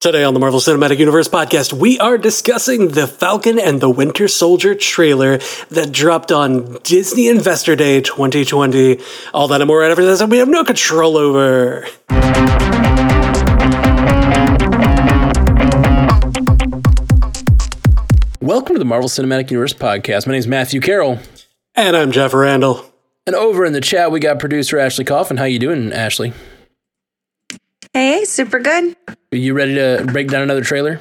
Today on the Marvel Cinematic Universe podcast, we are discussing the Falcon and the Winter Soldier trailer that dropped on Disney Investor Day 2020. All that and more right after this, and we have no control over. Welcome to the Marvel Cinematic Universe podcast. My name is Matthew Carroll, And I'm Jeff Randall. and over in the chat we got producer Ashley Coffin. How you doing, Ashley? Hey, super good. Are you ready to break down another trailer?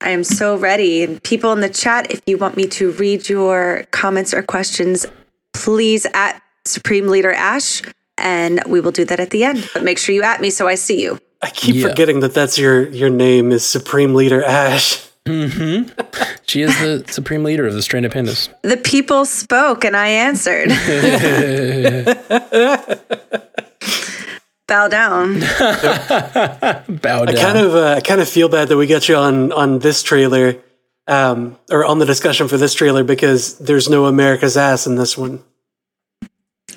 I am so ready. And people in the chat, if you want me to read your comments or questions, please at Supreme Leader Ash, and we will do that at the end. But make sure you at me so I see you. I keep Yeah. forgetting that that's your your name is Supreme Leader Ash. She is the supreme leader of the Stranded Pandas. The people spoke and I answered. Bow down. Bow down. Kind of, uh, I kind of feel bad that we got you on on this trailer, um, or on the discussion for this trailer because there's no America's ass in this one.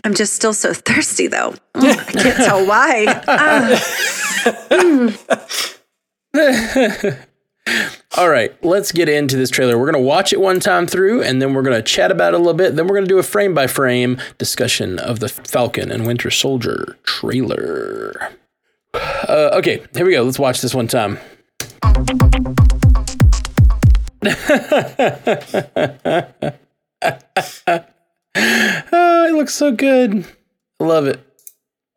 I'm just still so thirsty though. Mm, I can't tell why. Ah, All right, let's get into this trailer. We're gonna watch it one time through, and then we're gonna chat about it a little bit. Then we're gonna do a frame by frame discussion of the Falcon and Winter Soldier trailer. Uh, okay, here we go. Let's watch this one time. oh, it looks so good. I love it.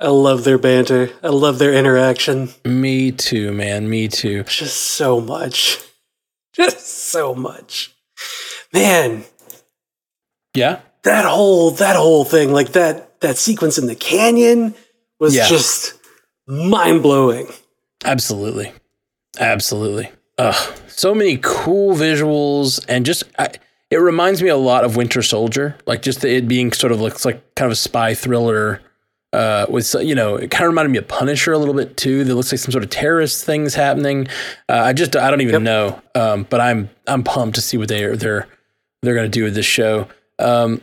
I love their banter. I love their interaction. Me too, man. Me too. Just so much. Just so much. Man, Yeah. that whole that whole thing, like that that sequence in the canyon was Yeah. just mind blowing. Absolutely. Absolutely. Ugh. So many cool visuals and just I, it reminds me a lot of Winter Soldier, like just it being sort of looks like kind of a spy thriller uh with so- you know, it kind of reminded me of Punisher a little bit too. There looks like some sort of terrorist things happening. Uh, I just I don't even know. Um but I'm I'm pumped to see what they are they're they're going to do with this show. Um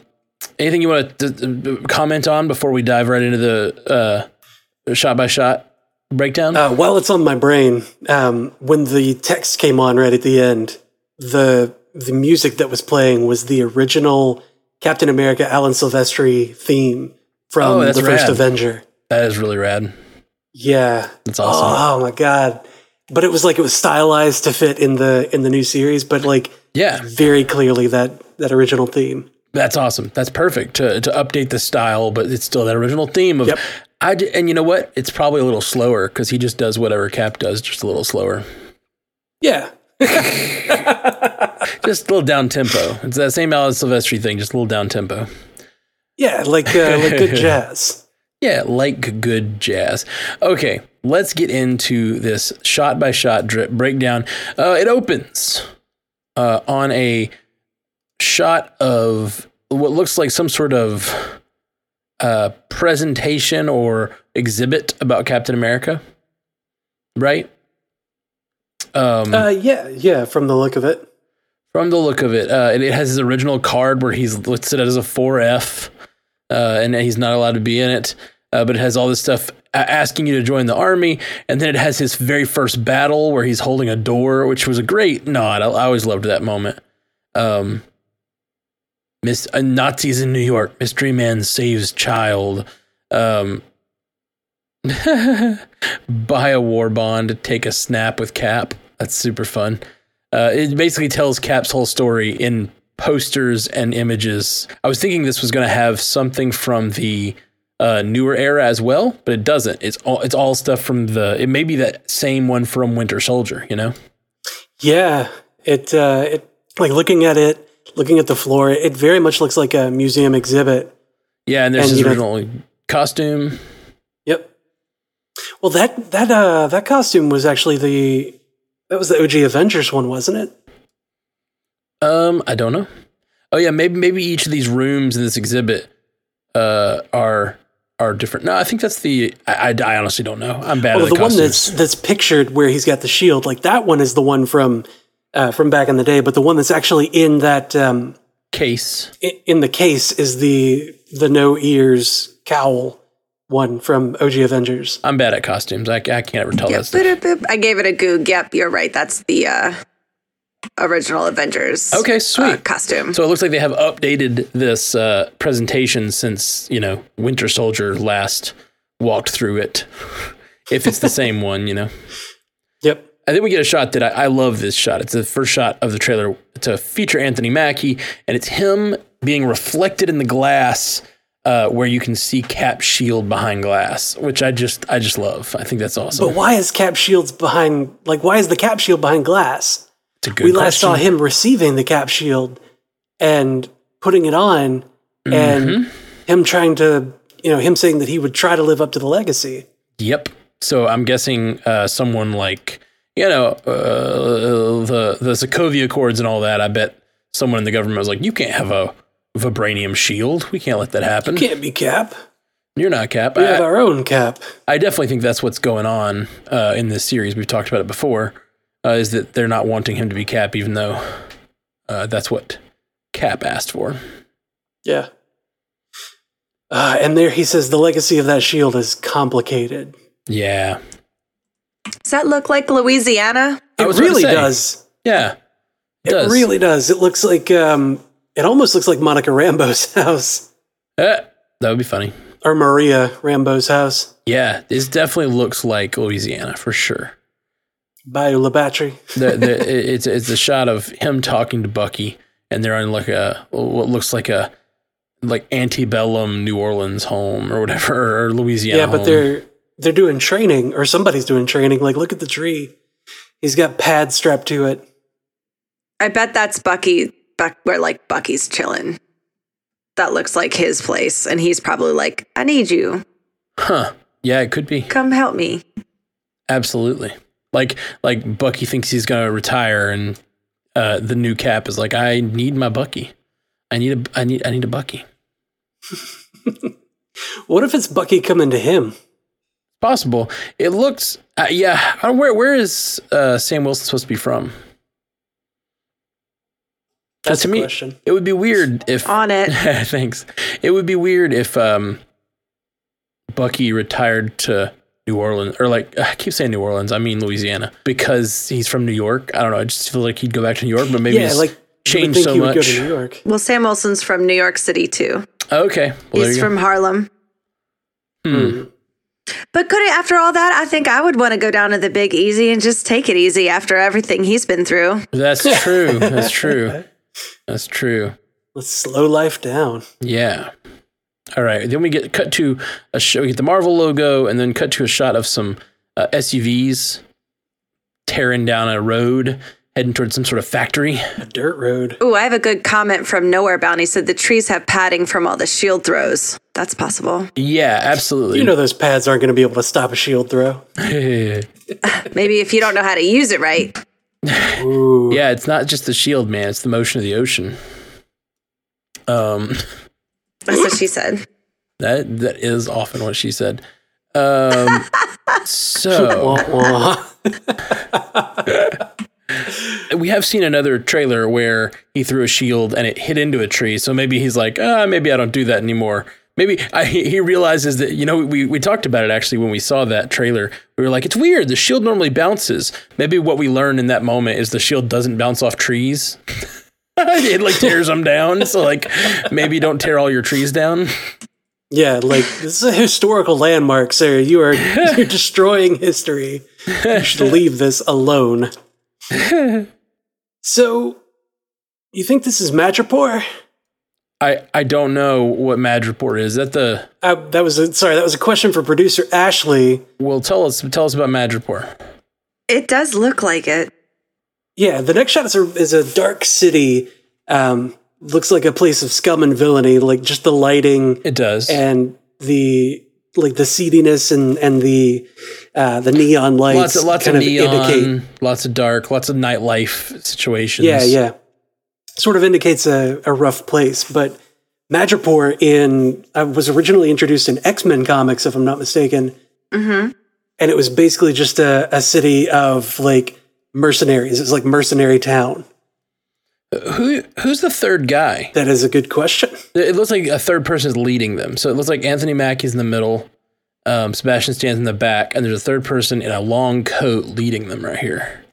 anything you want to d- d- comment on before we dive right into the uh shot by shot breakdown? Uh, while it's on my brain, um, when the text came on right at the end, the the music that was playing was the original Captain America Alan Silvestri theme from Oh, that's the first rad. Avenger. That is really rad. Yeah, That's awesome. Oh, oh my god! But it was like it was stylized to fit in the in the new series, but like Yeah, very clearly that that original theme. that's awesome. That's perfect to, to update the style, but it's still that original theme of. Yep. I d- and you know what? It's probably a little slower because he just does whatever Cap does, just a little slower, Yeah, just a little down tempo. It's that same Alan Silvestri thing, just a little down tempo. yeah, like uh, like good jazz. Yeah, like good jazz. Okay, let's get into this shot by shot drip breakdown. Uh, it opens uh, on a shot of what looks like some sort of uh, presentation or exhibit about Captain America, right? Um, Uh, yeah, yeah, from the look of it. from the look of it, uh, and it has his original card where he's listed as a 4F, uh, and he's not allowed to be in it. Uh, but it has all this stuff a- asking you to join the army, and then it has his very first battle where he's holding a door, which was a great nod. I, I always loved that moment. Um, Miss uh, Nazis in New York, Mystery Man saves child. Um, buy a war bond, take a snap with Cap. That's super fun. Uh, it basically tells Cap's whole story in posters and images. I was thinking this was going to have something from the uh, newer era as well, but it doesn't. It's all it's all stuff from the. It may be that same one from Winter Soldier. You know? Yeah, it uh, it like looking at it, looking at the floor, it very much looks like a museum exhibit. Yeah, and there's And his you know- original costume. Yep. Well, that that uh, that costume was actually the that was the OG Avengers one, wasn't it? Um, I don't know. Oh yeah, maybe maybe each of these rooms in this exhibit uh are are different. No, I think that's the. I, I, I honestly don't know. I'm bad Well, at the the, one costumes. that's that's pictured where he's got the shield, like that one is the one from uh, from back in the day. But the one that's actually in that um, case. i- in the case is the the no ears cowl one from OG Avengers. I'm bad at costumes. I, I can't ever tell Yep, that stuff. boop-a-boop. I gave it a goog. Yep, you're right. That's the uh, original Avengers. Okay, Uh, sweet. costume. So it looks like they have updated this uh, presentation since you know Winter Soldier last walked through it. if it's the same one, you know. Yep. I think we get a shot that I, I love this shot. It's the first shot of the trailer to feature Anthony Mackie, and it's him being reflected in the glass uh, where you can see Cap shield behind glass, which I just I just love. I think that's awesome. But why is Cap Shields behind? Like, why is the Cap Shield behind glass? It's a good we last saw question. him receiving the cap shield and putting it on and him trying to you know him saying that he would try to live up to the legacy Yep. So I'm guessing uh, someone like you know uh, the the Sokovia Accords and all that. I bet someone in the government was like, "You can't have a vibranium shield. We can't let that happen. can't be cap You are not Cap." we have I- our own cap I definitely think that's what's going on uh, in this series. We've talked about it before. Uh, is that they're not wanting him to be Cap, even though uh, that's what Cap asked for. yeah uh, and there he says the legacy of that shield is complicated Yeah, Does that look like Louisiana? I it was about to really say. does yeah, it does. really does it looks like um it almost looks like monica rambo's house Eh, that would be funny. or maria rambo's house Yeah, this definitely looks like Louisiana for sure. by labatry the, the, it- it's it's a shot of him talking to Bucky, and they're on like a what looks like a like antebellum New Orleans home or whatever or Louisiana. yeah, but home. they're they're doing training or somebody's doing training like look at the tree he's got pads strapped to it I bet that's Bucky. Buck, where like Bucky's chilling. That looks like his place, and he's probably like, "I need you. huh? Yeah, it could be Come help me." absolutely like like Bucky thinks he's gonna retire, and uh, the new Cap is like, I need my Bucky. I need a I need I need a Bucky. what if it's bucky coming to him Possible. It looks uh, yeah. I don't- Where where is uh, Sam Wilson supposed to be from? that's to a me, question It would be weird if On it. Thanks. It would be weird if um, Bucky retired to New Orleans, or like I keep saying New Orleans, I mean Louisiana, because he's from New York. I don't know. I just feel like he'd go back to New York, but maybe yeah it's like you would changed think so he would go much. to new york Well, Sam Wilson's from New York City too. Okay, well, there he's you go. from Harlem. Hmm. But could it, after all that, I think I would want to go down to the Big Easy and just take it easy after everything he's been through. That's true. That's true. That's true. let's slow life down Yeah. All right. Then we get cut to a show. We get the Marvel logo, and then cut to a shot of some uh, SUVs tearing down a road, heading towards some sort of factory. a dirt road Ooh, I have a good comment from Nowhere Bounty said the trees have padding from all the shield throws. That's possible. Yeah, absolutely. you know those pads aren't going to be able to stop a shield throw Maybe if you don't know how to use it right. Ooh. yeah, it's not just the shield, man. It's the motion of the ocean. Um, That's what she said. that that is often what she said. Um, so Wah, wah. we have seen another trailer where he threw a shield and it hit into a tree. So maybe he's like, ah, maybe I don't do that anymore. Maybe I, he realizes that, you know, we, we talked about it actually when we saw that trailer. We were like, it's weird. The shield normally bounces. Maybe what we learn in that moment is the shield doesn't bounce off trees. it like tears them down. So, like, maybe don't tear all your trees down. yeah like this is a historical landmark sarah you are you're destroying history you should leave this alone so you think this is madripoor I, I don't know what Madripoor is. Is That the Uh, that was a, sorry. That was a question for producer Ashley. well, tell us tell us about Madripoor. It does look like it. Yeah, the next shot is a, is a dark city. Um, looks like a place of scum and villainy. Like just the lighting It does. and the like the seediness and and the uh, the neon lights. lots of lots of kind neon, lots of dark, lots of nightlife situations. Yeah, yeah. Sort of indicates a, a rough place, but Madripoor in uh, was originally introduced in X Men comics, if I'm not mistaken. Mm-hmm. and it was basically just a, a city of like mercenaries. It was like mercenary town. Who who's the third guy? That is a good question. It looks like a third person is leading them. So it looks like Anthony Mackie's in the middle. Um, Sebastian stands in the back, and there's a third person in a long coat leading them right here.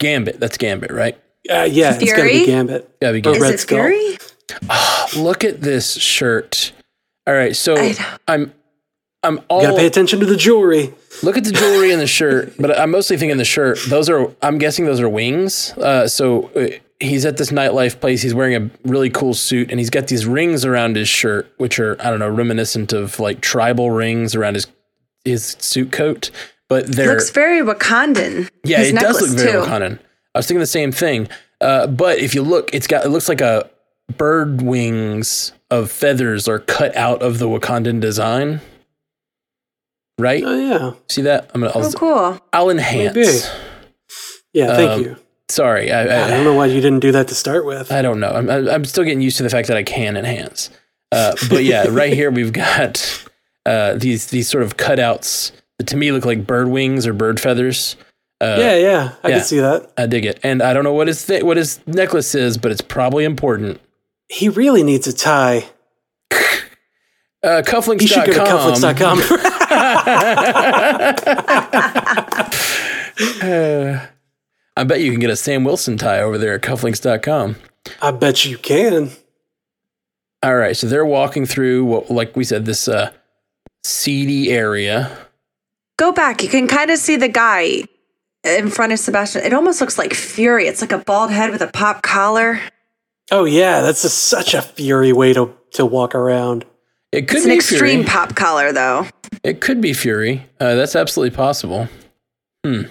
Gambit, that's Gambit, right? Uh, yeah, it's gotta Fury? be Gambit. Gotta be Oh, Gambit. Is Red it Skull. Fury? Look at this shirt. All right, so I know. I'm I'm You gotta all pay attention to the jewelry. look at the jewelry and the shirt, but I'm mostly thinking the shirt. Those are I'm guessing those are wings. Uh, so uh, he's at this nightlife place. He's wearing a really cool suit and he's got these rings around his shirt, which are I don't know reminiscent of like tribal rings around his his suit coat. But they're Looks very Wakandan. yeah, His it does look necklace, very too. Wakandan. I was thinking the same thing. Uh, but if you look, it's got it looks like a bird wings of feathers are cut out of the Wakandan design. Right? Oh yeah, See that? I'm gonna. I'll, Oh, cool. I'll enhance. Maybe. yeah. Thank Um, you. Sorry, I, I I, don't know why you didn't do that to start with. I don't know. I'm, I'm I'm still getting used to the fact that I can enhance. Uh, but yeah, right here we've got uh, these these sort of cutouts that to me look like bird wings or bird feathers. Uh, yeah, yeah, I yeah. can see that. I dig it, and I don't know what his th- what his necklace is, but it's probably important. He really needs a tie. Uh, He should go to cufflinks.com. cufflinks.com. I bet you can get a Sam Wilson tie over there at cufflinks.com. I bet you can. All right, so they're walking through what, like we said, this uh, seedy area. Go back. You can kind of see the guy in front of Sebastian. It almost looks like Fury. It's like a bald head with a pop collar. Oh yeah, that's a, such a fury way to to walk around. It could It's an be extreme Fury. pop collar, though. It could be Fury. Uh, that's absolutely possible. Hmm.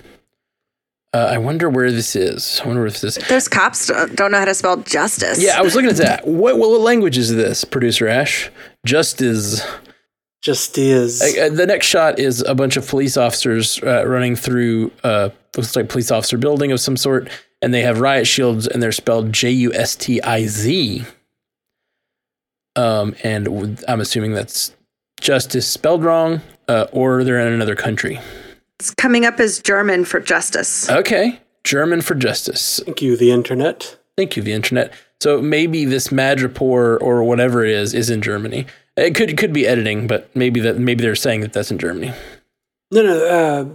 Uh, I wonder where this is. I wonder if this. Those cops don't don't know how to spell justice. Yeah, I was looking at that. What, what language is this, producer Ash? Justice. Just is. Uh, the next shot is a bunch of police officers uh, running through uh, looks like police officer building of some sort, and they have riot shields, and they're spelled J U S T I Z. Um, and w- I'm assuming that's justice spelled wrong, uh, or they're in another country. It's coming up as German for justice. Okay, German for justice. Thank you, the internet. Thank you, the internet. So maybe this Madripoor or whatever it is is in Germany. It could could be editing, but maybe that maybe they're saying that that's in Germany. No, no. Uh,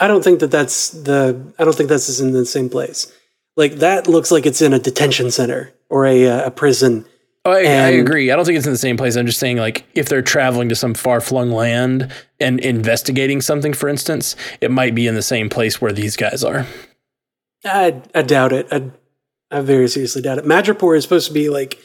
I don't think that that's the. I don't think this is in the same place. Like that looks like it's in a detention center or a uh, a prison. Oh, I, I And- agree. I don't think it's in the same place. I'm just saying, like, if they're traveling to some far flung land and investigating something, for instance, it might be in the same place where these guys are. I I doubt it. I I very seriously doubt it. Madripoor is supposed to be like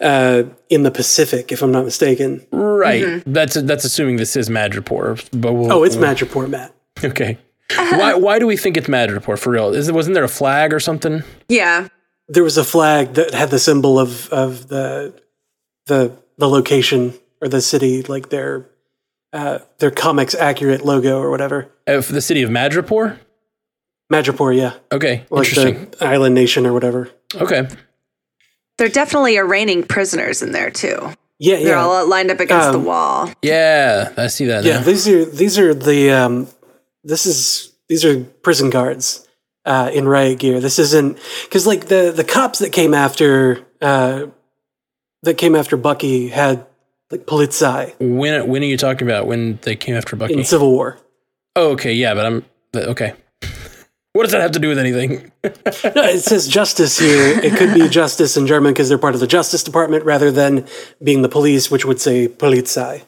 uh, in the Pacific, if I'm not mistaken. Right. That's that's assuming this is Madripoor. But we'll, Mm-hmm. Oh, it's Madripoor, Matt. okay. why why do we think it's Madripoor for real? Is, wasn't there a flag or something? Yeah. There was a flag that had the symbol of of the the the location or the city, like their uh, their comics accurate logo or whatever. Uh, for the city of Madripoor? Madripoor, yeah, Okay. like Interesting. the island nation or whatever. Okay. They're definitely arraigning prisoners in there, too. Yeah, They're yeah, all lined up against the Um, wall. Yeah, I see that. yeah. now. These are these are the um, this is these are prison guards uh, in riot gear. This isn't because like the the cops that came after uh, that came after Bucky had like Polizei When when are you talking about? When they came after Bucky? in Civil War. oh, okay. Yeah, but I'm okay. What does that have to do with anything? No, it says justice here. It could be justice in German because they're part of the Justice Department rather than being the police, which would say Polizei.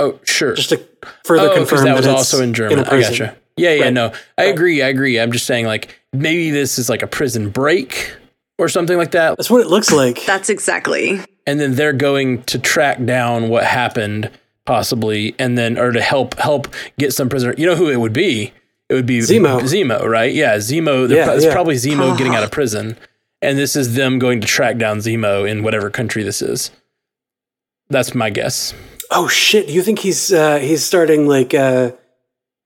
Oh, sure. Just to further oh, confirm because that was it's also in a German. I prison. gotcha. Yeah, yeah, Right. no, I agree. I agree. I'm just saying, like, maybe this is like a prison break or something like that, That's what it looks like. That's exactly. and then they're going to track down what happened, possibly, and then or to help help get some prisoner. You know who it would be? It would be Zemo. Zemo, right? Yeah, Zemo. Yeah, Yeah, it's yeah. probably Zemo getting out of prison, and this is them going to track down Zemo in whatever country this is. That's my guess. Oh shit! You think he's uh, he's starting like uh,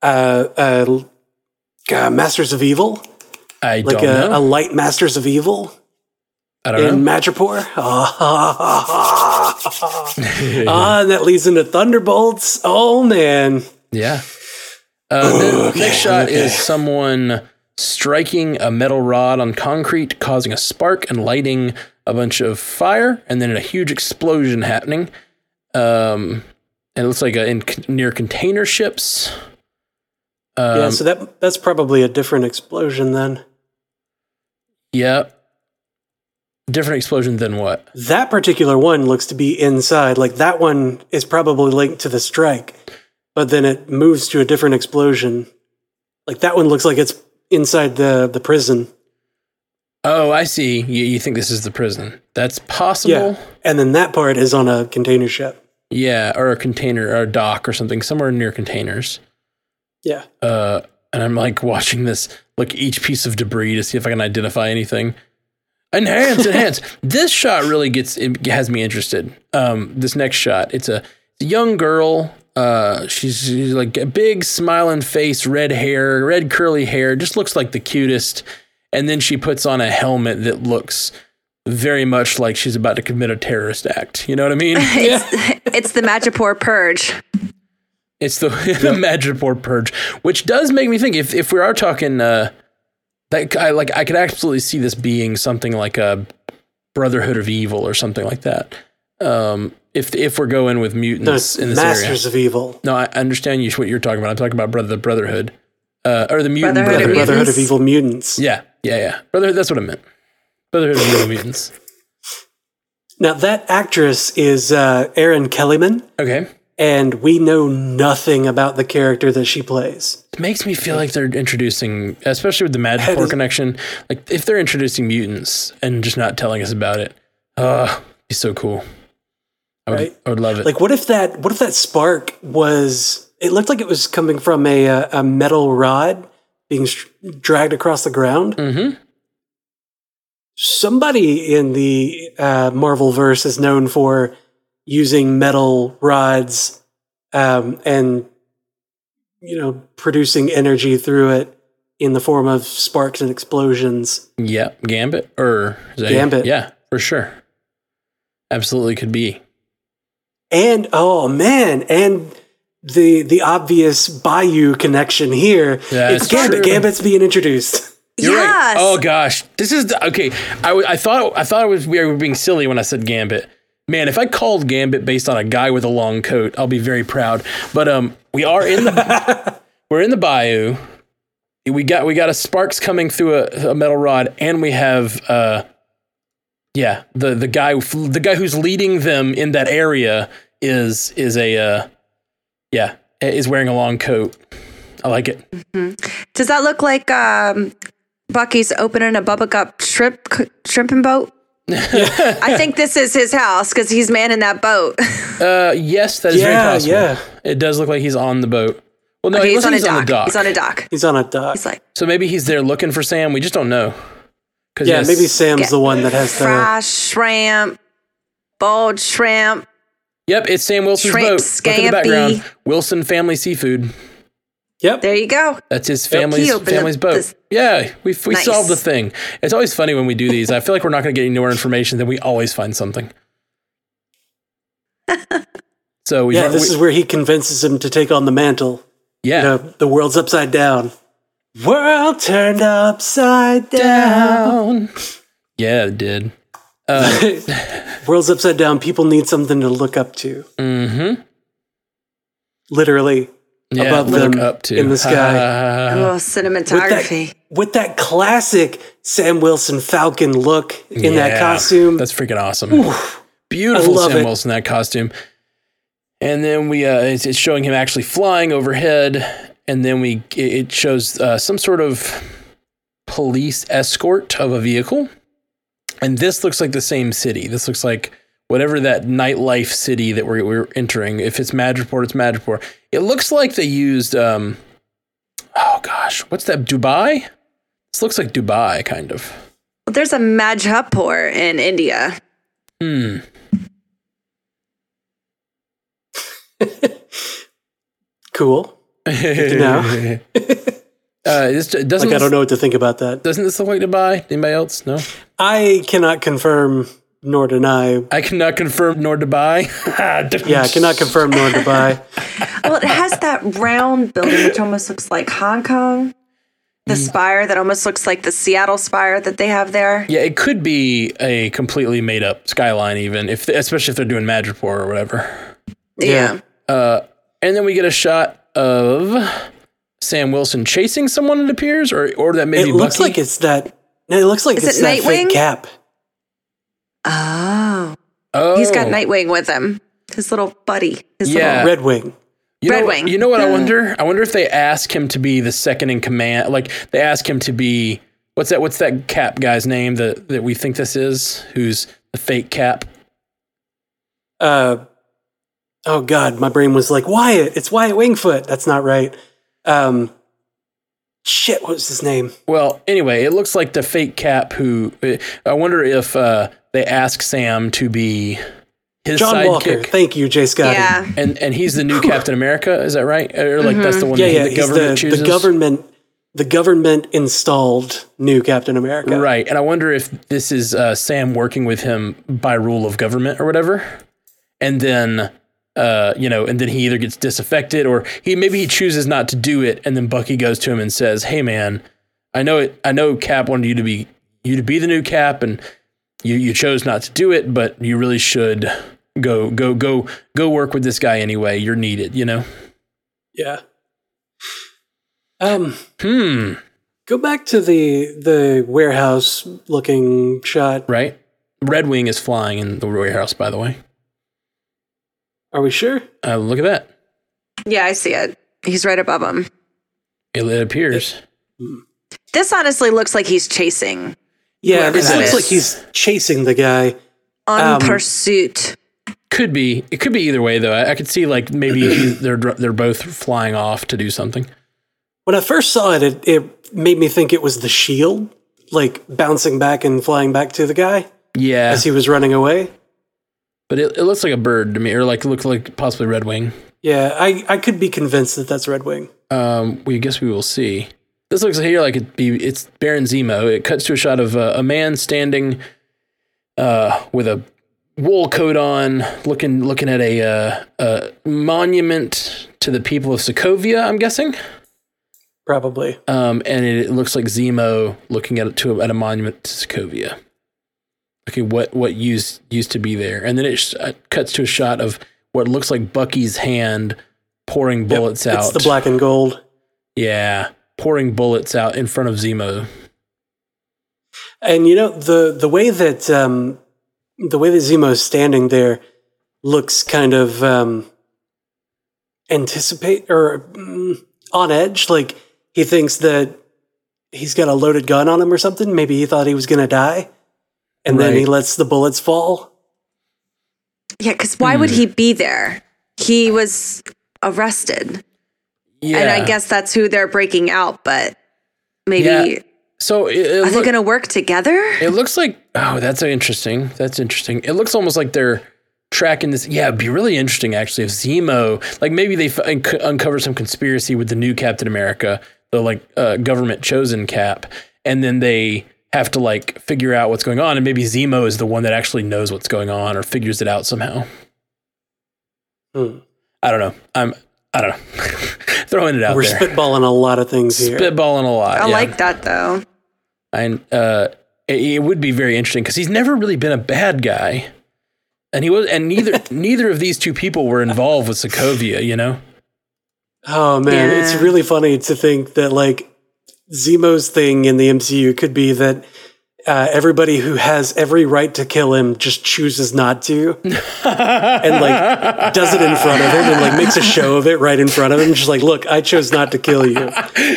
uh, uh, uh, Masters of Evil, I like don't a, a know. light Masters of Evil I I don't know. in Madripoor? Ah, and that leads into Thunderbolts. Oh man! Yeah. Uh, the next shot is someone striking a metal rod on concrete, causing a spark and lighting a bunch of fire, and then a huge explosion happening. Um, and it looks like uh in near container ships. Um, yeah, so that that's probably a different explosion then. yeah. Different explosion than what? That particular one looks to be inside. Like that one is probably linked to the strike, but then it moves to a different explosion. Like that one looks like it's inside the the prison. Oh, I see. You, you think this is the prison? That's Yeah, possible. and then that part is on a container ship. Yeah, or a container or a dock or something somewhere near containers. Yeah, Uh, and I'm like watching this, like each piece of debris to see if I can identify anything. Enhance, enhance. This shot really gets it has me interested. Um, this next shot, it's a, it's a young girl. Uh, she's, she's like a big smiling face, red hair, red curly hair, just looks like the cutest. And then she puts on a helmet that looks very much like she's about to commit a terrorist act. You know what I mean? it's the Magipore purge. It's the, the Madripoor purge, which does make me think if if we are talking uh, that I like I could absolutely see this being something like a Brotherhood of Evil or something like that. Um, if if we're going with mutants those in this masters area, of evil, no, I understand you what you're talking about. I'm talking about brother the Brotherhood uh, or the mutant Brotherhood of Brotherhood. the Brotherhood of Mutants? Evil Mutants. Yeah, yeah, yeah. Brotherhood. That's what I meant. Brotherhood of Evil Mutants. Now that actress is uh, Erin Kellyman, Okay, and we know nothing about the character that she plays. it makes me feel like they're introducing, especially with the Madripoor is- connection. Like if they're introducing mutants and just not telling us about it, uh, it'd be so cool. I would, Right? I would love it. Like, what if that? What if that spark was? It looked like it was coming from a uh, a, a metal rod being str- dragged across the ground. hmm Somebody in the uh, Marvel verse is known for using metal rods um, and you know producing energy through it in the form of sparks and explosions. Yeah, Gambit or is that- Gambit. Yeah, for sure. Absolutely, could be. And oh man, and the the obvious Bayou connection here. That's it's Gambit. true. Gambit's being introduced. You're right. yes. Oh gosh, this is the, okay. I, w- I thought I thought it was we were being silly when I said Gambit. Man, if I called Gambit based on a guy with a long coat, I'll be very proud. But um, we are in the we're in the bayou. We got we got a sparks coming through a, a metal rod, and we have uh, yeah, the the guy the guy who's leading them in that area is is a uh, yeah is wearing a long coat. I like it. Does that look like um, Bucky's opening a bubba gup shrimp shrimping boat? I think this is his house because he's manning that boat. Uh, yes, that is very Yeah, possible. yeah. It does look like he's on the boat. Well, no, it he's looks on like a he's on the dock. dock. He's on a dock. He's on a dock. He's like so maybe he's there looking for Sam. We just don't know. 'Cause yeah, yes, maybe Sam's Yeah. the one that has the. fry shrimp, boiled shrimp. Yep, it's Sam Wilson's Shrimp boat. Look in the scampi. background. Wilson Family Seafood. Yep. There you go. That's his family's He opened family's up boat. this- yeah, we we Nice. solved the thing. It's always funny when we do these. I feel like we're not going to get any more information. Then we always find something. So we, Yeah, this we- is where he convinces him to take on the mantle. yeah. You know, the world's upside down. World turned upside down. down. Yeah, it did. World's upside down. People need something to look up to. Mm-hmm. Literally Yeah, above look them up to. in the sky. Uh-huh. oh, with, cinematography. that, with that classic Sam Wilson Falcon look in that Yeah, costume. That's freaking awesome. Beautiful I love Sam it. Wilson in that costume. And then we uh, it's, it's showing him actually flying overhead, and then we it- it shows uh, some sort of police escort of a vehicle. And this looks like the same city. This looks like whatever that nightlife city that we're, we're entering. If it's Madripoor, it's Madripoor. It looks like they used um, oh gosh, what's that? Dubai. This looks like Dubai, kind of. Well, there's a Majhapur in India. Hmm. cool. know. uh, this doesn't. Like, I don't know what to think about that. Doesn't this look like Dubai? Anybody else? No. I cannot confirm nor deny. I cannot confirm nor Dubai. Yeah, I cannot confirm nor deny. Well, it has that round building which almost looks like Hong Kong. The Mm. spire that almost looks like the Seattle spire that they have there. Yeah, it could be a completely made up skyline, even if, especially if they're doing Madripoor or whatever. Yeah. Yeah. Uh, and then we get a shot of Sam Wilson chasing someone. It appears, or or that maybe It looks Bucky. like it's that. no, It looks like Is it's it that fake Nightwing? cap. Oh, oh, he's got Nightwing with him, his little buddy. His Yeah. Red Wing. You Red know, Wing. You know what I wonder? I wonder if they ask him to be the second in command. Like they ask him to be what's that? What's that Cap guy's name that that we think this is? Who's the fake Cap? Uh, oh God, my brain was like Wyatt. It's Wyatt Wingfoot. That's not right. Um, shit. What was his name? Well, anyway, it looks like the fake Cap. Who I wonder if uh, they ask Sam to be his John Walker. sidekick. Thank you, Jay Scott. yeah. and and he's the new Captain America, is that right? Or like Mm-hmm. that's the one yeah, that he- yeah. the he's government the, chooses. the government. The government installed new Captain America. Right. And I wonder if this is uh, Sam working with him by rule of government or whatever. And then, uh, you know, and then he either gets disaffected or he maybe he chooses not to do it. And then Bucky goes to him and says, "Hey, man, I know it. I know Cap wanted you to be you to be the new Cap, and you you chose not to do it, but you really should." Go go go go! Work with this guy anyway. You're needed, you know. Yeah. Um. Hmm. Go back to the the warehouse looking shot. Right. Red Wing is flying in the Roy House, by the way. Are we sure? Uh, look at that. Yeah, I see it. He's right above him. It, it appears. This honestly looks like he's chasing Yeah. Whoever This that looks is. like he's chasing the guy. on Um, pursuit. Could be. It could be either way, though. I, I could see like maybe he's- they're dr- they're both flying off to do something. When I first saw it, it, it made me think it was the shield, like bouncing back and flying back to the guy Yeah, as he was running away. but it, it looks like a bird to me, or like look like possibly red wing. Yeah, I, I could be convinced that that's Red Wing. Um, we guess we will see. This looks here like it be it's Baron Zemo. It cuts to a shot of uh, a man standing, uh, with a wool coat on, looking looking at a uh, a monument to the people of Sokovia. I'm guessing. Probably. Um, and it, it looks like Zemo looking at it to at a monument to Sokovia. Okay, what what used used to be there, and then it sh- uh, cuts to a shot of what looks like Bucky's hand pouring bullets out. It's the black and gold. Yeah, pouring bullets out in front of Zemo. And you know the the way that um, the way that Zemo's standing there looks kind of um, anticipate or mm, on edge. Like he thinks that he's got a loaded gun on him or something. Maybe he thought he was going to die, and then he Right. lets the bullets fall. Yeah, because why would he hmm. be there? He was arrested. Yeah, And I guess that's who they're breaking out, but maybe Yeah. so. It, it are they look- going to work together? It looks like oh, that's interesting. That's interesting. It looks almost like they're tracking this. Yeah, it'd be really interesting actually if Zemo, like maybe they f- unc- uncover some conspiracy with the new Captain America, the like uh, government chosen Cap, and then they have to like figure out what's going on, and maybe Zemo is the one that actually knows what's going on or figures it out somehow. Hmm. I don't know. I'm I don't know. Throwing it out We're there. spitballing a lot of things here. Spitballing a lot. I yeah. like that though. and uh, it, it would be very interesting because he's never really been a bad guy, and he was, and neither neither of these two people were involved with Sokovia. You know, Oh man, Yeah. it's really funny to think that like Zemo's thing in the MCU could be that uh, everybody who has every right to kill him just chooses not to, and like does it in front of him and like makes a show of it right in front of him, just like, look, I chose not to kill you.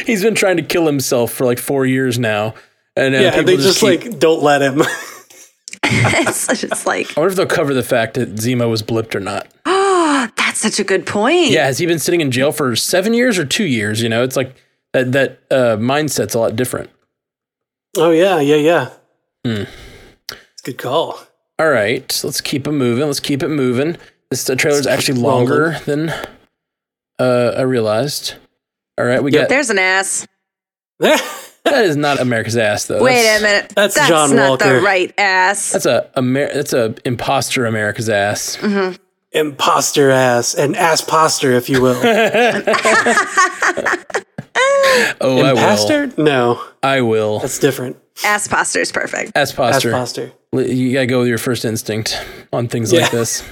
he's been trying to kill himself for like four years now, and, uh, Yeah, people they just, keep- like don't let him. it's just like, I wonder if they'll cover the fact that Zemo was blipped or not. oh, that's such a good point. Yeah, has he been sitting in jail for seven years or two years? You know, it's like that that uh, mindset's a lot different. oh yeah, yeah, yeah. Hmm. It's a good call. All right, so let's keep it moving. Let's keep it moving. This the trailer's actually rolling. longer than uh, I realized. All right, we Yep. got There's an ass. that is not America's ass though. Wait that's, a minute. that's John not Walker. the right ass. That's a Amer- that's a imposter America's ass. Mm-hmm. Imposter ass and ass poster, if you will. Oh, Imposter? No, I will. I will. that's different. ass posture is perfect. Ass Ass poster. poster. L- You gotta go with your first instinct on things like Yeah. this.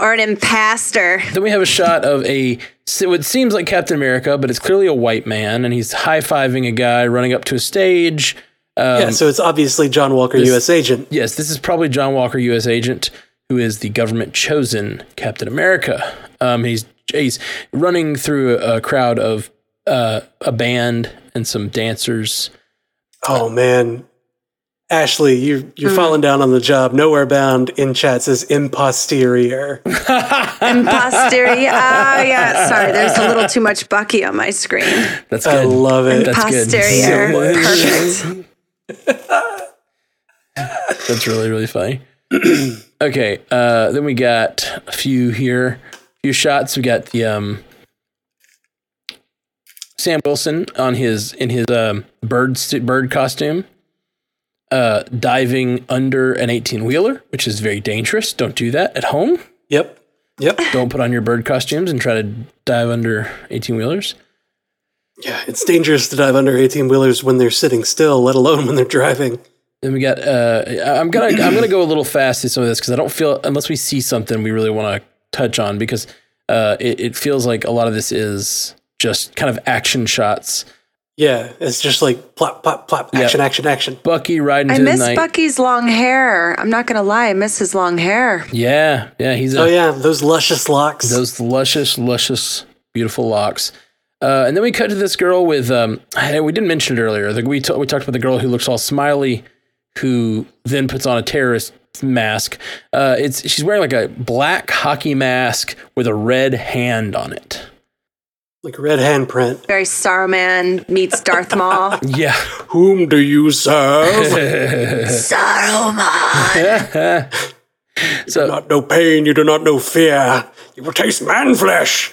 or an imposter. Then we have a shot of a what seems like Captain America, but it's clearly a white man, and he's high fiving a guy running up to a stage. Um, yeah, so it's obviously John Walker, this- U.S. agent. yes, this is probably John Walker, U.S. agent, who is the government chosen Captain America. Um, he's he's running through a, a crowd of uh, a band and some dancers. Oh man, Ashley, you you're falling down on the job. Nowhere bound in chat says imposterior. Impostery. Ah, yeah. Sorry, there's a little too much Bucky on my screen. That's I good. love it. That's good. Posterior. So much. Perfect. That's really really funny. okay, uh, then we got a few here, a few shots. We got the um, Sam Wilson on his in his um, bird st- bird costume, uh, diving under an eighteen wheeler, which is very dangerous. Don't do that at home. Yep. Yep. Don't put on your bird costumes and try to dive under eighteen wheelers. Yeah, it's dangerous to dive under 18 wheelers when they're sitting still, let alone when they're driving. Then we got. Uh, I- I'm gonna I'm gonna go a little fast through some of this because I don't feel unless we see something we really want to touch on because uh, it, it feels like a lot of this is just kind of action shots. Yeah, it's just like plop, plop, plop, action, action, action. Bucky riding I to the miss night. Bucky's long hair. I'm not gonna lie, I miss his long hair. Yeah, yeah. He's a, Oh yeah, those luscious locks. those luscious, luscious, beautiful locks. Uh, and then we cut to this girl with. Um, and we didn't mention it earlier. Like we ta- we talked about the girl who looks all smiley, who then puts on a terrorist mask. Uh, it's she's wearing like a black hockey mask with a red hand on it. like red handprint. Very Starman meets Darth Maul. Yeah, Whom do you serve? Saruman. do not know pain, you do not know fear. You will taste man flesh.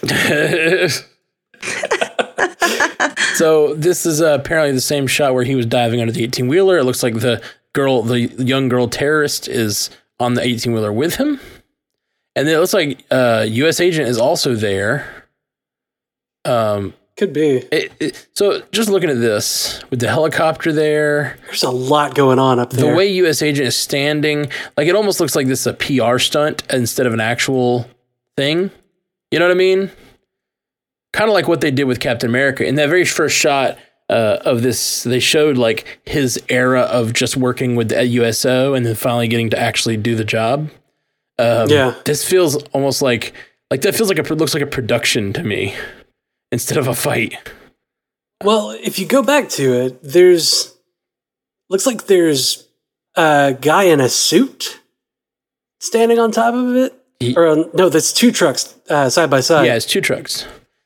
so this is uh, apparently the same shot where he was diving under the 18 wheeler. It looks like the girl, the young girl terrorist, is on the 18 wheeler with him. And then it looks like uh, U.S. agent is also there. Um, Could be. it, it, so just looking at this with the helicopter there, There's a lot going on up there. the way U.S. agent is standing, like it almost looks like this is a PR stunt instead of an actual thing. You know what I mean? Kind of like what they did with Captain America in that very first shot uh, of this. They showed like his era of just working with the USO and then finally getting to actually do the job. Um, Yeah. this feels almost like like that feels like a looks like a production to me instead of a fight. Well, if you go back to it, there's looks like there's a guy in a suit standing on top of it. Ye- Or on, no, that's two trucks uh, side by side. yeah, it's two trucks.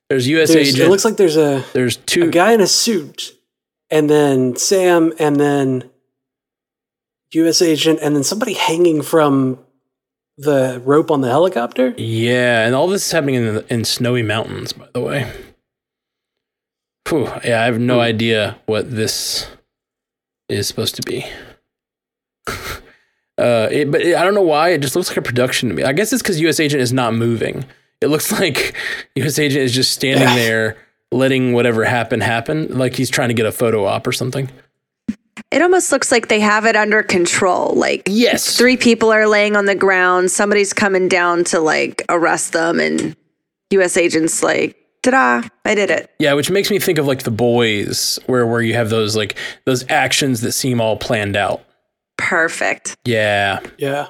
There's U.S. There's- agent. it looks like there's a, there's a two guy in a suit, and then Sam, and then U.S. agent, and then somebody hanging from the rope on the helicopter. Yeah, and all this is happening in in snowy mountains, by the way. Whew, yeah, I have no idea what this is supposed to be. uh, it, but it, I don't know why it just looks like a production to me. I guess it's because U.S. Agent is not moving. It looks like U.S. Agent is just standing Yeah. there, letting whatever happen happen, like he's trying to get a photo op or something. It almost looks like they have it under control. Like Yes, three people are laying on the ground. Somebody's coming down to like arrest them, and U.S. agents like, ta-da! I did it. Yeah, which makes me think of like the boys, where where you have those like those actions that seem all planned out. Perfect. Yeah, Yeah.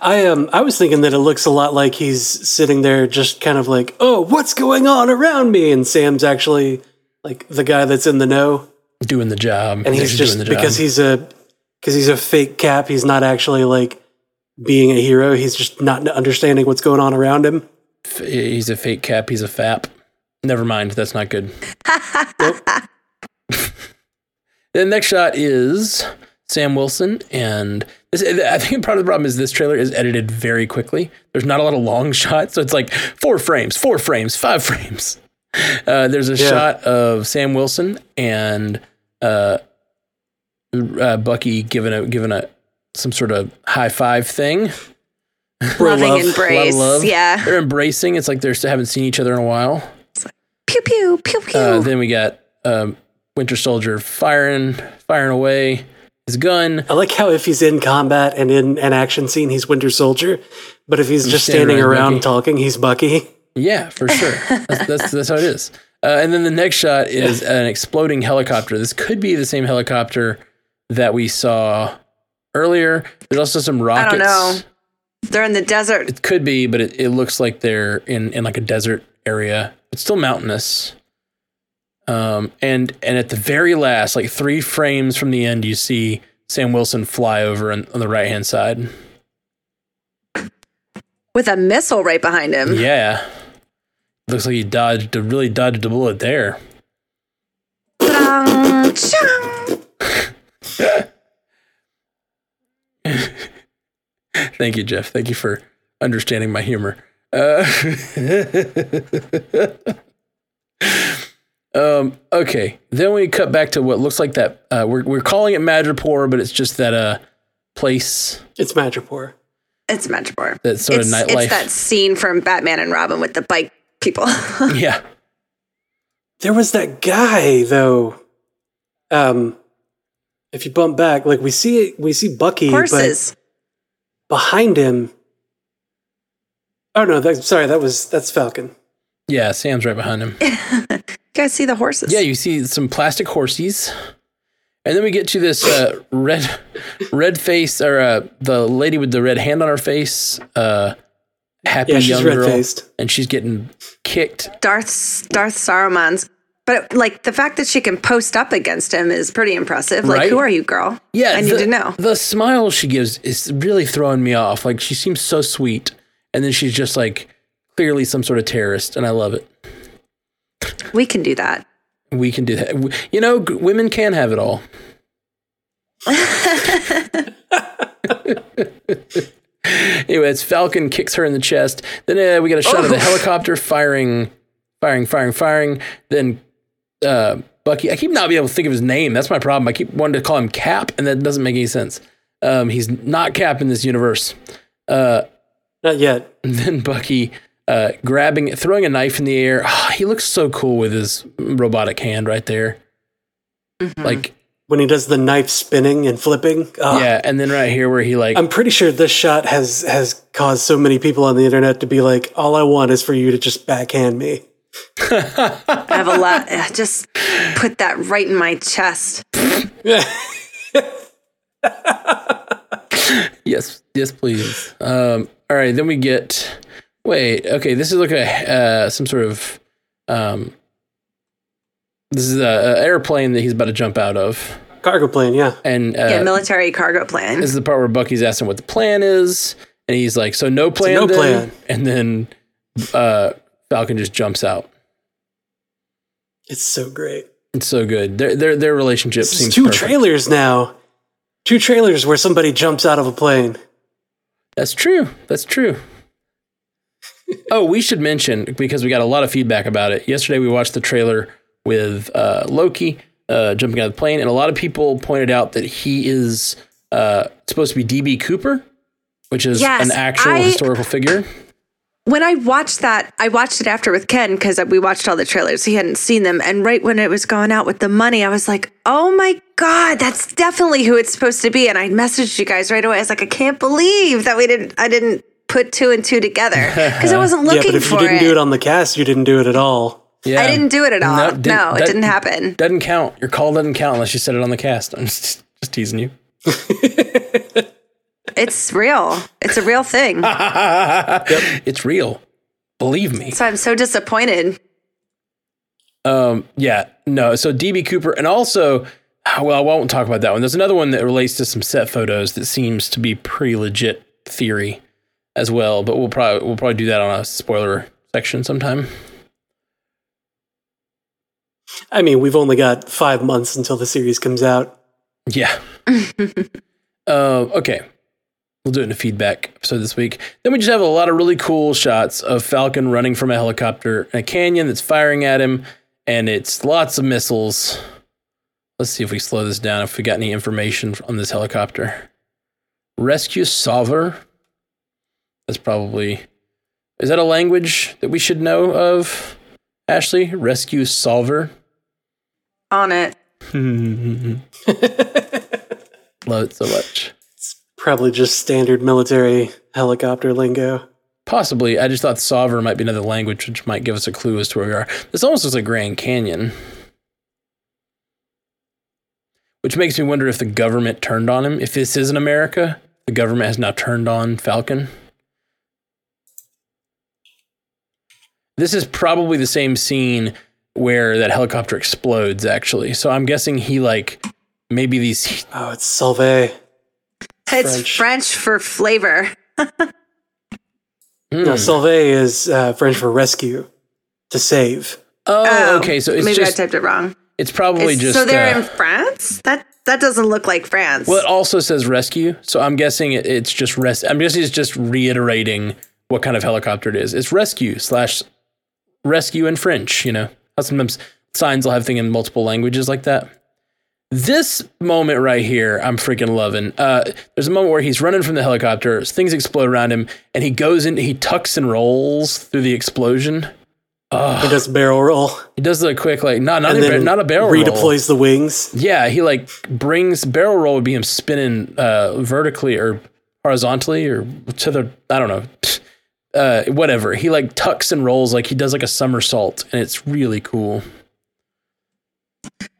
I um I was thinking that it looks a lot like he's sitting there just kind of like, "Oh, what's going on around me?" and Sam's actually like the guy that's in the know doing the job, and he's just because he's a because he's a fake cap, he's not actually like being a hero, he's just not understanding what's going on around him. he's a fake cap. He's a fap. Never mind, that's not good. the next shot is Sam Wilson, and this, I think part of the problem is this trailer is edited very quickly. There's not a lot of long shots, so it's like four frames, four frames, five frames. Uh, there's a shot of Sam Wilson and uh, uh, Bucky giving a giving a some sort of high five thing. Bro Loving love. embrace. A lot of love. Yeah. They're embracing. It's like they're still haven't seen each other in a while. Pew pew pew pew. Uh, then we got um, Winter Soldier firing, firing away, his gun. I like how if he's in combat and in an action scene, he's Winter Soldier, but if he's just standing standing around around Bucky. talking, he's Bucky. Yeah, for sure. That's that's, that's how it is. Uh, and then the next shot is an exploding helicopter. This could be the same helicopter that we saw earlier. There's also some rockets. don't know. They're in the desert. It could be, but it, it looks like they're in, in like a desert area. It's still mountainous. Um, and and at the very last, like three frames from the end, you see Sam Wilson fly over on, on the right hand side. with a missile right behind him. Yeah, looks like he dodged a really dodged a bullet there. Dong, chong. Thank you, Jeff. Thank you for understanding my humor. Uh, um, okay, then we cut back to what looks like that. Uh, we're we're calling it Madripoor, but it's just that uh place It's Madripoor. It's much more. that sort It's, of nightlife. it's that scene from Batman and Robin with the bike people. yeah, There was that guy though. Um, if you bump back, like we see we see Bucky, Horses. but behind him. Oh no! That, sorry, that was that's Falcon. yeah. Sam's right behind him. You guys see the horses? Yeah, you see some plastic horsies, and then we get to this uh, red, red face or uh, the lady with the red hand on her face. Uh, happy Yeah, she's young girl, red-faced. and she's getting kicked. Darth Darth Saruman's. But like the fact that she can post up against him is pretty impressive. Like, Right? who are you, girl? Yeah, I need the, to know. The smile she gives is really throwing me off. Like she seems so sweet, and then she's just like clearly some sort of terrorist, and I love it. We can do that. We can do that. W- You know, g- women can have it all. anyway, it's Falcon kicks her in the chest. Then uh, we get a shot of the Oh. helicopter firing, firing, firing, firing. Then uh, Bucky. I keep not being able to think of his name. That's my problem. I keep wanting to call him Cap, and that doesn't make any sense. Um, he's not Cap in this universe. Not yet. And then Bucky uh, grabbing, throwing a knife in the air. Ah, he looks so cool with his robotic hand right there. Like, When he does the knife spinning and flipping. Ah. yeah. And then right here where he like, I'm pretty sure this shot has has caused so many people on the internet to be like, "All I want is for you to just backhand me." I have a lot. Ugh, Just put that right in my chest. yes, yes, please. Um, all right. Then we get, wait, okay. This is like a, uh, some sort of, um, this is a, a airplane that he's about to jump out of. Cargo plane, yeah. And, uh, Yeah, military cargo plane. this is the part where Bucky's asking what the plan is, and he's like, "So no plan, no then?" plan. And then uh, Falcon just jumps out. It's so great. It's so good. Their their their relationship This seems is two perfect. trailers now. Two trailers where somebody jumps out of a plane. That's true. That's true. oh, we should mention because we got a lot of feedback about it. Yesterday, we watched the trailer with uh, Loki uh, jumping out of the plane, and a lot of people pointed out that he is uh, supposed to be DB Cooper, which is Yes, an actual I- historical figure. when I watched that, I watched it after with Ken because we watched all the trailers. He hadn't seen them. And right when it was going out with the money, I was like, oh my God, that's definitely who it's supposed to be. And I messaged you guys right away. I was like, I can't believe that we didn't, I didn't put two and two together because I wasn't Yeah, looking but if for you didn't it. do it on the cast, you didn't do it at all. Yeah, I didn't do it at all. No, didn't- it that- didn't happen. Doesn't count. Your call doesn't count unless you said it on the cast. I'm just, just teasing you. It's real. It's a real thing. It's real. Believe me. so I'm so disappointed. Um, yeah, no. So DB Cooper, and also, well, I won't talk about that one. There's another one that relates to some set photos that seems to be pretty legit theory as well. But we'll probably we'll probably do that on a spoiler section sometime. I mean, we've only got five months until the series comes out. Yeah. uh, okay. We'll do it in a feedback episode this week. Then we just have a lot of really cool shots of Falcon running from a helicopter in a canyon that's firing at him, and it's lots of missiles. Let's see if we slow this down, if we got any information on this helicopter. Rescue Solver. That's probably. Is that a language that we should know of, Ashley? Rescue Solver? On it. Love it Mm-hmm. so much. Probably just standard military helicopter lingo. Possibly. I just thought Sovereign might be another language, which might give us a clue as to where we are. This almost looks like Grand Canyon. Which makes me wonder if the government turned on him. If this isn't America, the government has now turned on Falcon. This is probably the same scene where that helicopter explodes, actually. So I'm guessing he, like, maybe these. Oh, it's Solvay. It's French for flavor. No, Hmm. Solvay is uh, French for rescue, to save. Oh, okay. So it's Um, maybe just. I typed it wrong. It's probably It's- just. so they're uh, in France. That that doesn't look like France. Well, it also says rescue, so I'm guessing it, it's just res. I'm guessing it's just reiterating what kind of helicopter it is. It's rescue slash rescue in French. You know, How sometimes signs will have thing in multiple languages like that. This moment right here, I'm freaking loving. Uh, there's a moment where he's running from the helicopter, things explode around him, and he goes in. He tucks and rolls through the explosion. He does barrel roll He does the quick like not not and a, then bar- not a barrel roll. redeploys the wings. Yeah, he like brings barrel roll would be him spinning uh, vertically or horizontally or to the I don't know, uh, whatever. He like tucks and rolls like he does like a somersault, and it's really cool.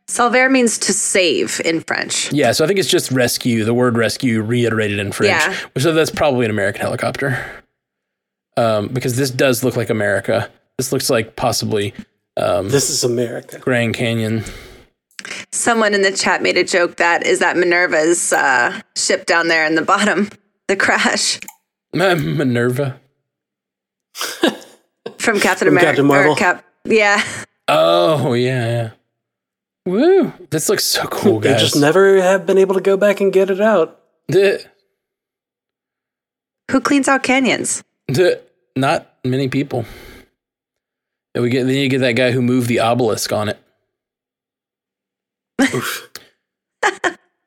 Salver means to save in French. Yeah, so I think it's just rescue. The word rescue reiterated in French, Yeah. so that's probably an American helicopter, um, because this does look like America. This looks like possibly Um, This is America. Grand Canyon. Someone in the chat made a joke that is that Minerva's uh, ship down there in the bottom, the crash Minerva. from Captain From America. Captain or Marvel. Cap- yeah, Oh yeah, yeah. Woo! This looks so cool, They guys. just never have been able to go back and get it out. The- who cleans out canyons? Th- Not many people. Then we get then you get that guy who moved the obelisk on it. uh,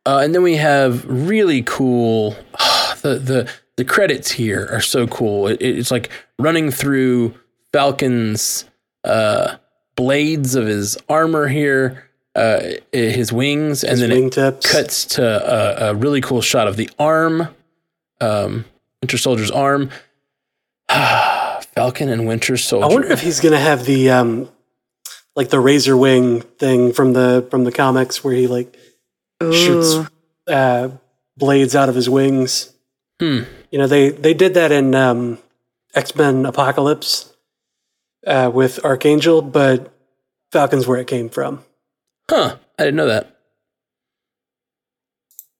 and then we have really cool the the the credits here are so cool. It, it's like running through Falcon's uh, blades of his armor here, uh, his wings, and then it Wingtips. cuts to a, a really cool shot of the arm, um, Winter Soldier's arm. Falcon and Winter Soldier. I wonder if he's gonna have the um, like the razor wing thing from the from the comics where he like Ooh. shoots uh, blades out of his wings. Hmm. You know they they did that in um, X Men Apocalypse uh, with Archangel, but Falcon's where it came from. huh? I didn't know that.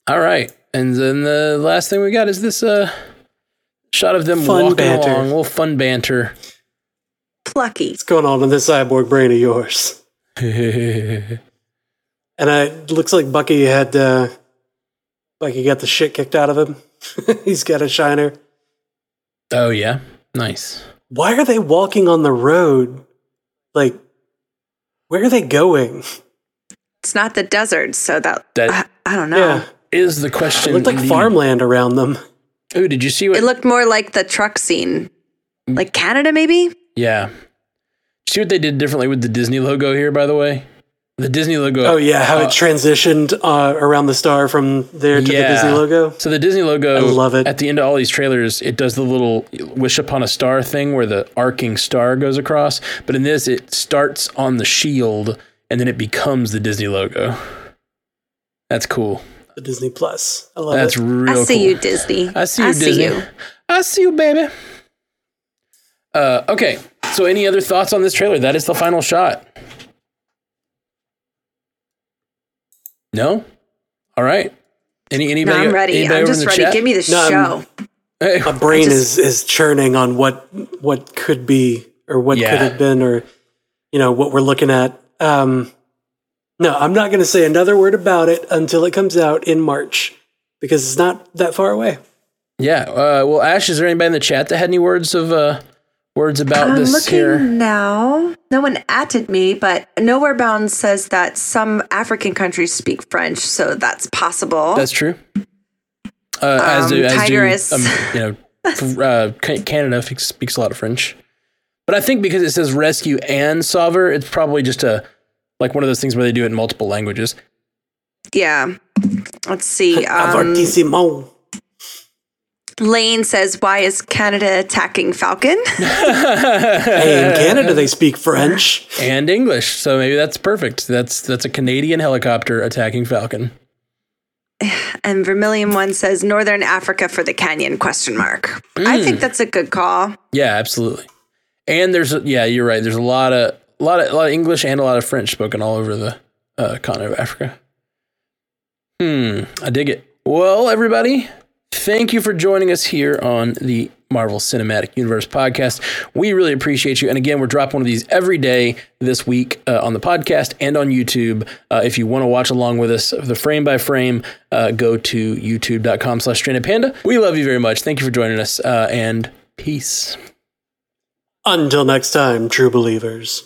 All right, and then the last thing we got is this uh shot of them Fun walking banter. along, a little fun banter. Plucky. What's going on in this cyborg brain of yours? And I it looks like Bucky had uh, Bucky got the shit kicked out of him. he's got a shiner. oh yeah, nice. why are they walking on the road? Like, where are they going? It's not the desert, so that, I, That I don't know. Yeah, is the question. it looked like The- farmland around them. Ooh, did you see what? It looked more like the truck scene, like Canada maybe. yeah. See what they did differently with the Disney logo here, by the way. The Disney logo. Oh yeah, how it transitioned uh, around the star from there to the Disney logo. So the Disney logo, I love it. At the end of all these trailers, it does the little wish upon a star thing where the arcing star goes across. But in this, it starts on the shield and then it becomes the Disney logo. That's cool. The Disney Plus. I love That's it. real. I see cool. you, Disney. I see you, Disney. I see you, baby. Uh, okay. So, any other thoughts on this trailer? That is the final shot. No. All right. Any No, anybody? I'm ready. anybody over I'm in just the ready. chat? Give me the No, I'm- show. Hey. My brain just- is is churning on what what could be or what Yeah. could have been or you know what we're looking at. Um, no, I'm not going to say another word about it until it comes out in March because it's not that far away. Yeah. Uh, well, Ash, is there anybody in the chat that had any words of uh, words about I'm this looking here? now. No one atted me, but Nowhere Bound says that some African countries speak French, so that's possible. That's true. Uh, as Um, do as Tigress. do um, you know f- uh, Ca- Canada f- speaks a lot of French, but I think because it says rescue and solver, it's probably just a like one of those things where they do it in multiple languages. yeah. let's see. Um, Avartissimo. Lane says, "Why is Canada attacking Falcon?" Hey, in Canada, they speak French. and English. So maybe that's perfect. That's that's a Canadian helicopter attacking Falcon. and Vermilion One says, "Northern Africa for the Canyon?" Question mark. Hmm. I think that's a good call. Yeah, absolutely. And there's a- yeah, you're right. There's a lot of a lot of a lot of English and a lot of French spoken all over the uh, continent of Africa. Hmm, I dig it. Well, everybody, thank you for joining us here on the Marvel Cinematic Universe podcast. We really appreciate you. And again, we're dropping one of these every day this week uh, on the podcast and on YouTube. Uh, if you want to watch along with us, the frame by frame, uh, go to youtube.com slash stranded panda. We love you very much. Thank you for joining us uh, and peace. Until next time, true believers.